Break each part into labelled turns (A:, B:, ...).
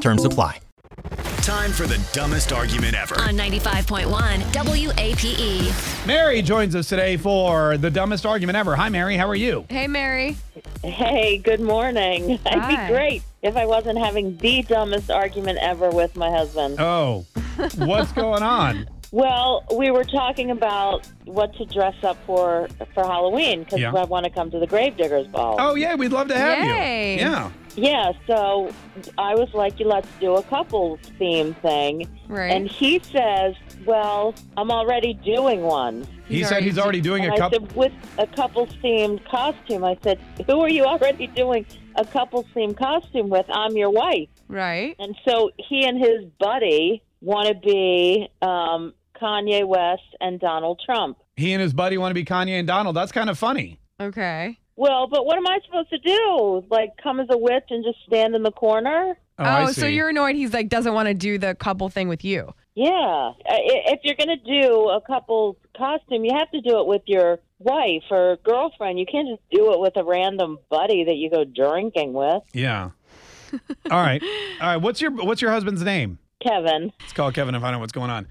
A: Terms apply.
B: Time for the dumbest argument ever.
C: on 95.1 WAPE.
D: Mary joins us today for the dumbest argument ever. Hi, Mary. How are you?
E: Hey, Mary.
F: Hey, good morning. I'd
E: Hi.
F: be great if I wasn't having the dumbest argument ever with my husband.
D: Oh, what's going on?
F: Well, we were talking about what to dress up for for Halloween because
D: Yeah.
F: I want to come to the Gravediggers Ball.
D: Oh, yeah, we'd love to have
E: Yay.
D: you. Yeah.
F: Yeah, so I was like, let's do a couples theme thing.
E: Right.
F: And he says, well, I'm already doing one.
D: he said he's already doing
F: And
D: a
F: I
D: couple.
F: said, with a couples themed costume, I said, who are you already doing a couples themed costume with? I'm your wife.
E: Right.
F: And so he and his buddy want to be um, Kanye West and Donald Trump.
D: He and his buddy want to be Kanye and Donald. That's kind of funny.
E: Okay.
F: Well, but what am I supposed to do? Like, come as a witch and just stand in the corner?
D: Oh,
E: Oh,
D: I
E: so
D: see.
E: you're annoyed he's like doesn't want to do the couple thing with you.
F: Yeah. I- i- If you're going to do a couple's costume, you have to do it with your wife or girlfriend. You can't just do it with a random buddy that you go drinking with.
D: Yeah. All right. All right. What's your What's your husband's name?
F: Kevin.
D: Let's call Kevin and find out what's going on.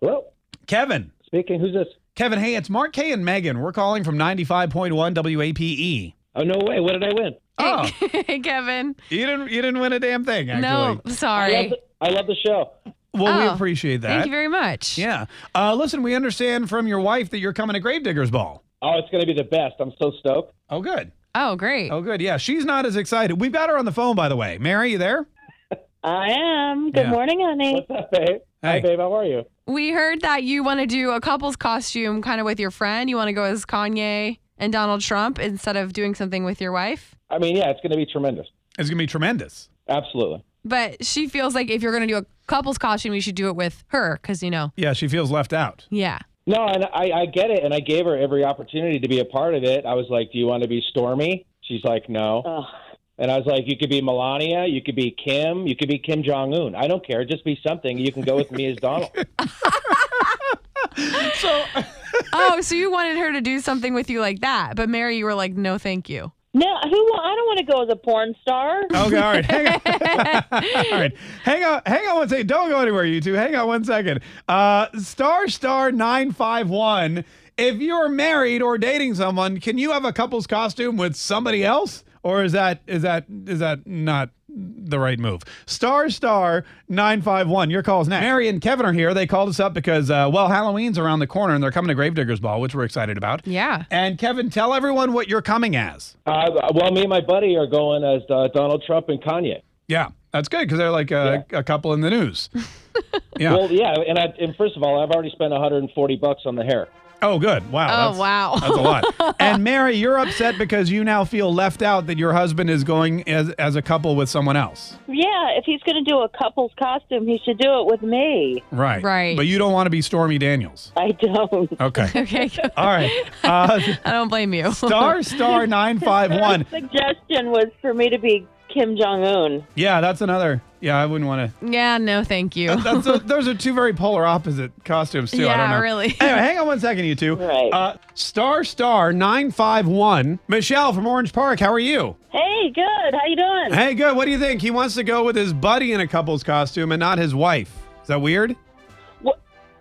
G: Hello,
D: Kevin.
G: speaking. Who's this?
D: Kevin, hey, it's Mark K and Megan. We're calling from 95.1 WAPE.
G: Oh no way! What did I win?
D: Oh,
E: hey, Kevin.
D: you didn't you didn't win a damn thing, actually.
E: No,
G: I love
E: sorry.
G: the, I love the show.
D: Well, we
E: Oh,
D: appreciate that.
E: Thank you very much.
D: Yeah. Uh, listen, we understand from your wife that you're coming to Gravedigger's Ball.
G: Oh, it's gonna be the best. I'm so stoked.
D: Oh, good.
E: Oh, great.
D: Oh, good. Yeah, she's not as excited. We've got her on the phone, by the way. Mary, you there?
F: I am. Good
D: Yeah.
F: morning, honey.
G: What's up, babe?
D: Hey.
G: Hi, babe. How are you?
E: We heard that you want to do a couple's costume kind of with your friend. You want to go as Kanye and Donald Trump instead of doing something with your wife.
G: I mean, yeah, it's gonna be tremendous.
D: It's going to be tremendous.
G: Absolutely.
E: But she feels like if you're going to do a couple's costume, you should do it with her because, you know,
D: Yeah, she feels left out.
E: yeah.
G: No, and I, I get it, and I gave her every opportunity to be a part of it. I was like, "Do you want to be Stormy?" She's like, "No,"
F: Ugh.
G: and I was like, "You could be Melania. You could be Kim. You could be Kim Jong Un. I don't care. Just be something. You can go with me as Donald."
D: So,
E: oh, so you wanted her to do something with you like that. But Mary, you were like, no, thank you.
F: No, who? I don't want to go as a porn star.
D: okay, all right. Hang on. all right. Hang on. Hang on one second. Don't go anywhere, you two. Hang on one second. Uh, star star 951. If you're married or dating someone, can you have a couple's costume with somebody else? Or is that is that is that not the right move? Star star 951. Your call's next. Mary and Kevin are here. They called us up because uh, well, Halloween's around the corner and they're coming to Gravediggers Ball, which we're excited about.
E: Yeah.
D: And Kevin, tell everyone what you're coming as.
G: uh, well, me and my buddy are going as uh, Donald Trump and Kanye.
D: Yeah, that's good because they're like a, a couple in the news. yeah.
G: Well, yeah, and I, and first of all, I've already spent 140 bucks on the hair.
D: oh, good. Wow.
E: Oh,
D: that's,
E: wow.
D: That's a lot. and Mary, you're upset because you now feel left out that your husband is going as as a couple with someone else.
F: Yeah, if he's going to do a couple's costume, he should do it with me.
D: Right.
E: Right.
D: But you don't want to be Stormy Daniels.
F: I don't.
D: Okay.
E: Okay.
D: All right. Uh,
E: I don't blame you.
D: star star nine five one.
F: Suggestion was for me to be Kim Jong Un.
D: Yeah, that's another. Yeah, I wouldn't want to.
E: yeah, no, thank you.
D: That's a, those are two very polar opposite costumes too. I don't
E: Yeah,
D: know.
E: really.
D: Anyway, hang on one second, you two.
F: Right.
D: Uh, star star nine five one. Michelle from Orange Park. How are you?
F: Hey, good. How you doing?
D: Hey, good. What do you think? He wants to go with his buddy in a couple's costume and not his wife. Is that weird?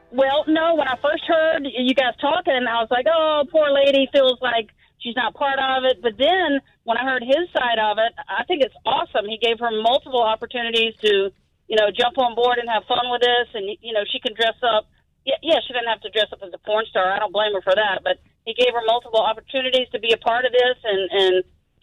H: Well, no, when I first heard you guys talking, I was like, oh, poor lady feels like she's not part of it. But then when I heard his side of it, I think it's awesome. He gave her multiple opportunities to, you know, jump on board and have fun with this. And, you know, she can dress up. Yeah, yeah, she didn't have to dress up as a porn star. I don't blame her for that. But he gave her multiple opportunities to be a part of this and, and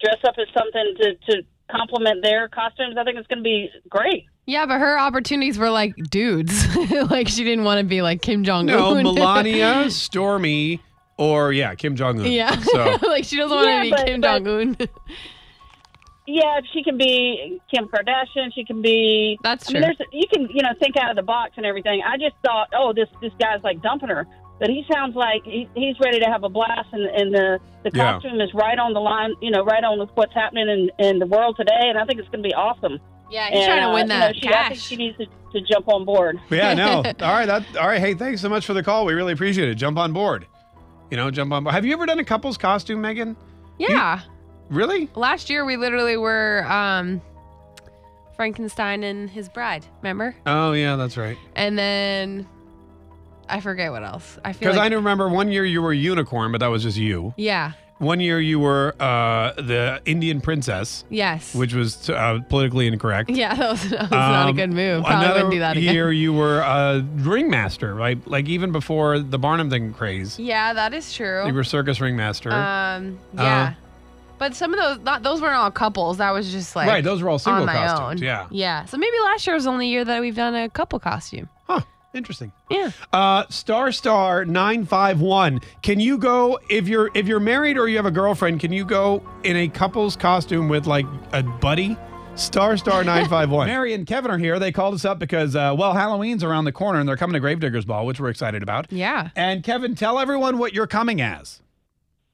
H: dress up as something to, to complement their costumes, I think it's going to be great.
E: Yeah, but her opportunities were like dudes. like she didn't want to be like Kim Jong Un.
D: No, Melania, Stormy, or yeah, Kim Jong Un.
E: yeah.
D: So
E: like she doesn't want
H: Yeah,
E: to be
H: but-
E: Kim
H: but-
E: Jong Un.
H: Yeah, she can be Kim Kardashian. She can be.
E: That's
H: I mean,
E: true.
H: there's you can you know think out of the box and everything. I just thought, oh, this this guy's like dumping her, but he sounds like he, he's ready to have a blast, and, and the the
D: Yeah.
H: costume is right on the line. You know, right on with what's happening in in the world today, and I think it's going to be awesome.
E: yeah, he's
H: And,
E: trying to
H: uh,
E: win
H: you know,
E: that
H: she- I think
E: cash.
H: she needs to, to jump on board.
D: yeah, no. All right, that, all right. Hey, thanks so much for the call. We really appreciate it. Jump on board. You know, jump on board. Have you ever done a couple's costume, Megan?
E: yeah.
D: Really?
E: Last year we literally were um, Frankenstein and his bride. Remember?
D: Oh yeah, that's right.
E: And then I forget what else. I feel
D: Because
E: like
D: I remember one year you were a unicorn, but that was just you.
E: yeah.
D: One year you were uh, the Indian princess,
E: Yes.
D: which was uh, politically incorrect.
E: yeah, that was, that was not a
D: Um,
E: good move. Probably
D: Another
E: wouldn't do that again.
D: year you were a ringmaster, right? Like even before the Barnum thing craze,
E: Yeah, that is true.
D: you were circus ringmaster.
E: Um,
D: Uh,
E: yeah. but some of those, not, those weren't all couples. That was just like
D: right, those were all single
E: on my
D: costumes.
E: own.
D: Yeah.
E: Yeah. So maybe last year was the only year that we've done a couple costume.
D: Huh. Interesting.
E: Yeah.
D: Uh, star star nine five one. Can you go if you're if you're married or you have a girlfriend? Can you go in a couple's costume with like a buddy? Star star nine five one. Mary and Kevin are here. They called us up because uh, well, Halloween's around the corner and they're coming to Gravediggers Ball, which we're excited about.
E: Yeah.
D: And Kevin, tell everyone what you're coming as.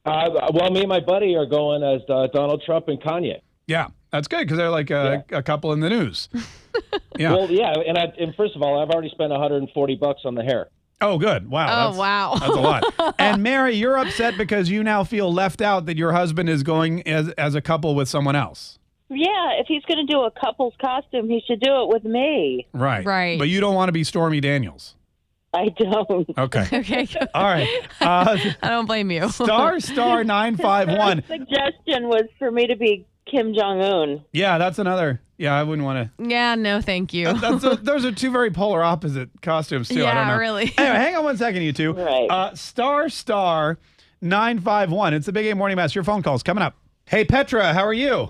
G: Uh, well, me and my buddy are going as uh, Donald Trump and Kanye.
D: Yeah, that's good because they're like a, a couple in the news. yeah.
G: Well, yeah, and I, and first of all, I've already spent 140 bucks on the hair.
D: oh, good. Wow.
E: oh
D: that's-
E: wow.
D: That's a lot. and Mary, you're upset because you now feel left out that your husband is going as as a couple with someone else.
F: Yeah, if he's going to do a couple's costume, he should do it with me.
D: Right.
E: Right.
D: But you don't want to be Stormy Daniels.
F: I don't.
D: Okay.
E: okay.
D: All right. Uh,
E: I don't blame you.
D: star star nine five one.
F: Suggestion was for me to be Kim Jong Un.
D: Yeah, that's another. Yeah, I wouldn't want to.
E: yeah. No, thank you.
D: That's those are two very polar opposite costumes too. I don't
E: yeah.
D: know.
E: Really.
D: anyway, hang on one second, you two.
F: Right.
D: Uh, star star nine five one. It's the Big A Morning Mass. Your phone call's coming up. Hey Petra, how are you?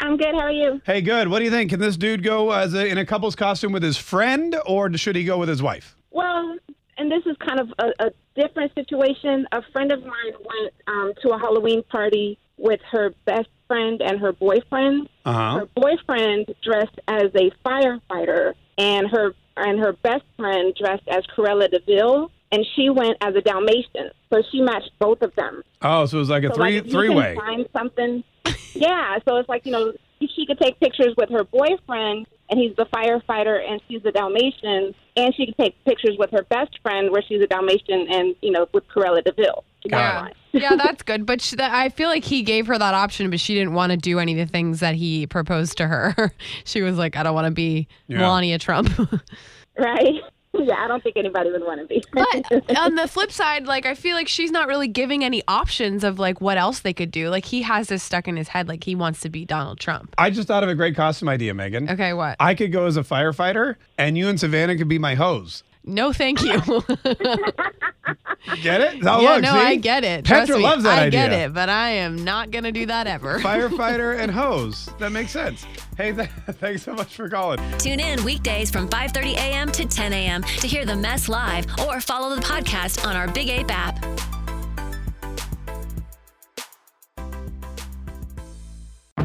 I: I'm good. How are you?
D: Hey, good. What do you think? Can this dude go as a, in a couple's costume with his friend, or should he go with his wife?
I: Well, and this is kind of a, a different situation. A friend of mine went um, to a Halloween party with her best friend and her boyfriend.
D: Uh
I: Her boyfriend dressed as a firefighter, and her and her best friend dressed as Corella Deville, and she went as a Dalmatian. So she matched both of them.
D: Oh, so it was like a
I: So
D: three
I: like, if
D: three
I: you
D: way.
I: can find something. yeah, so it's like you know she could take pictures with her boyfriend, and he's the firefighter, and she's the Dalmatian, and she could take pictures with her best friend, where she's a Dalmatian, and you know with Corella Deville.
E: Yeah. yeah, that's good. But she, that, I feel like he gave her that option, but she didn't want to do any of the things that he proposed to her. she was like, I don't want to be
D: Yeah.
E: Melania Trump.
I: Right? yeah, I don't think anybody would want to be.
E: but on the flip side, like, I feel like she's not really giving any options of like what else they could do. Like, he has this stuck in his head, like, he wants to be Donald Trump.
D: I just thought of a great costume idea, Megan.
E: Okay, what?
D: I could go as a firefighter, and you and Savannah could be my hose.
E: No, thank you.
D: Get it? Oh,
E: yeah,
D: look,
E: no,
D: Oh, see?
E: I get it.
D: Petra
E: Trust me,
D: loves that
E: I
D: idea.
E: get it, but I am not going to do that ever.
D: Firefighter and hose. That makes sense. Hey, th- thanks so much for calling.
C: Tune in weekdays from 5:30 a.m. to 10 a.m. to hear the mess live or follow the podcast on our Big Ape app.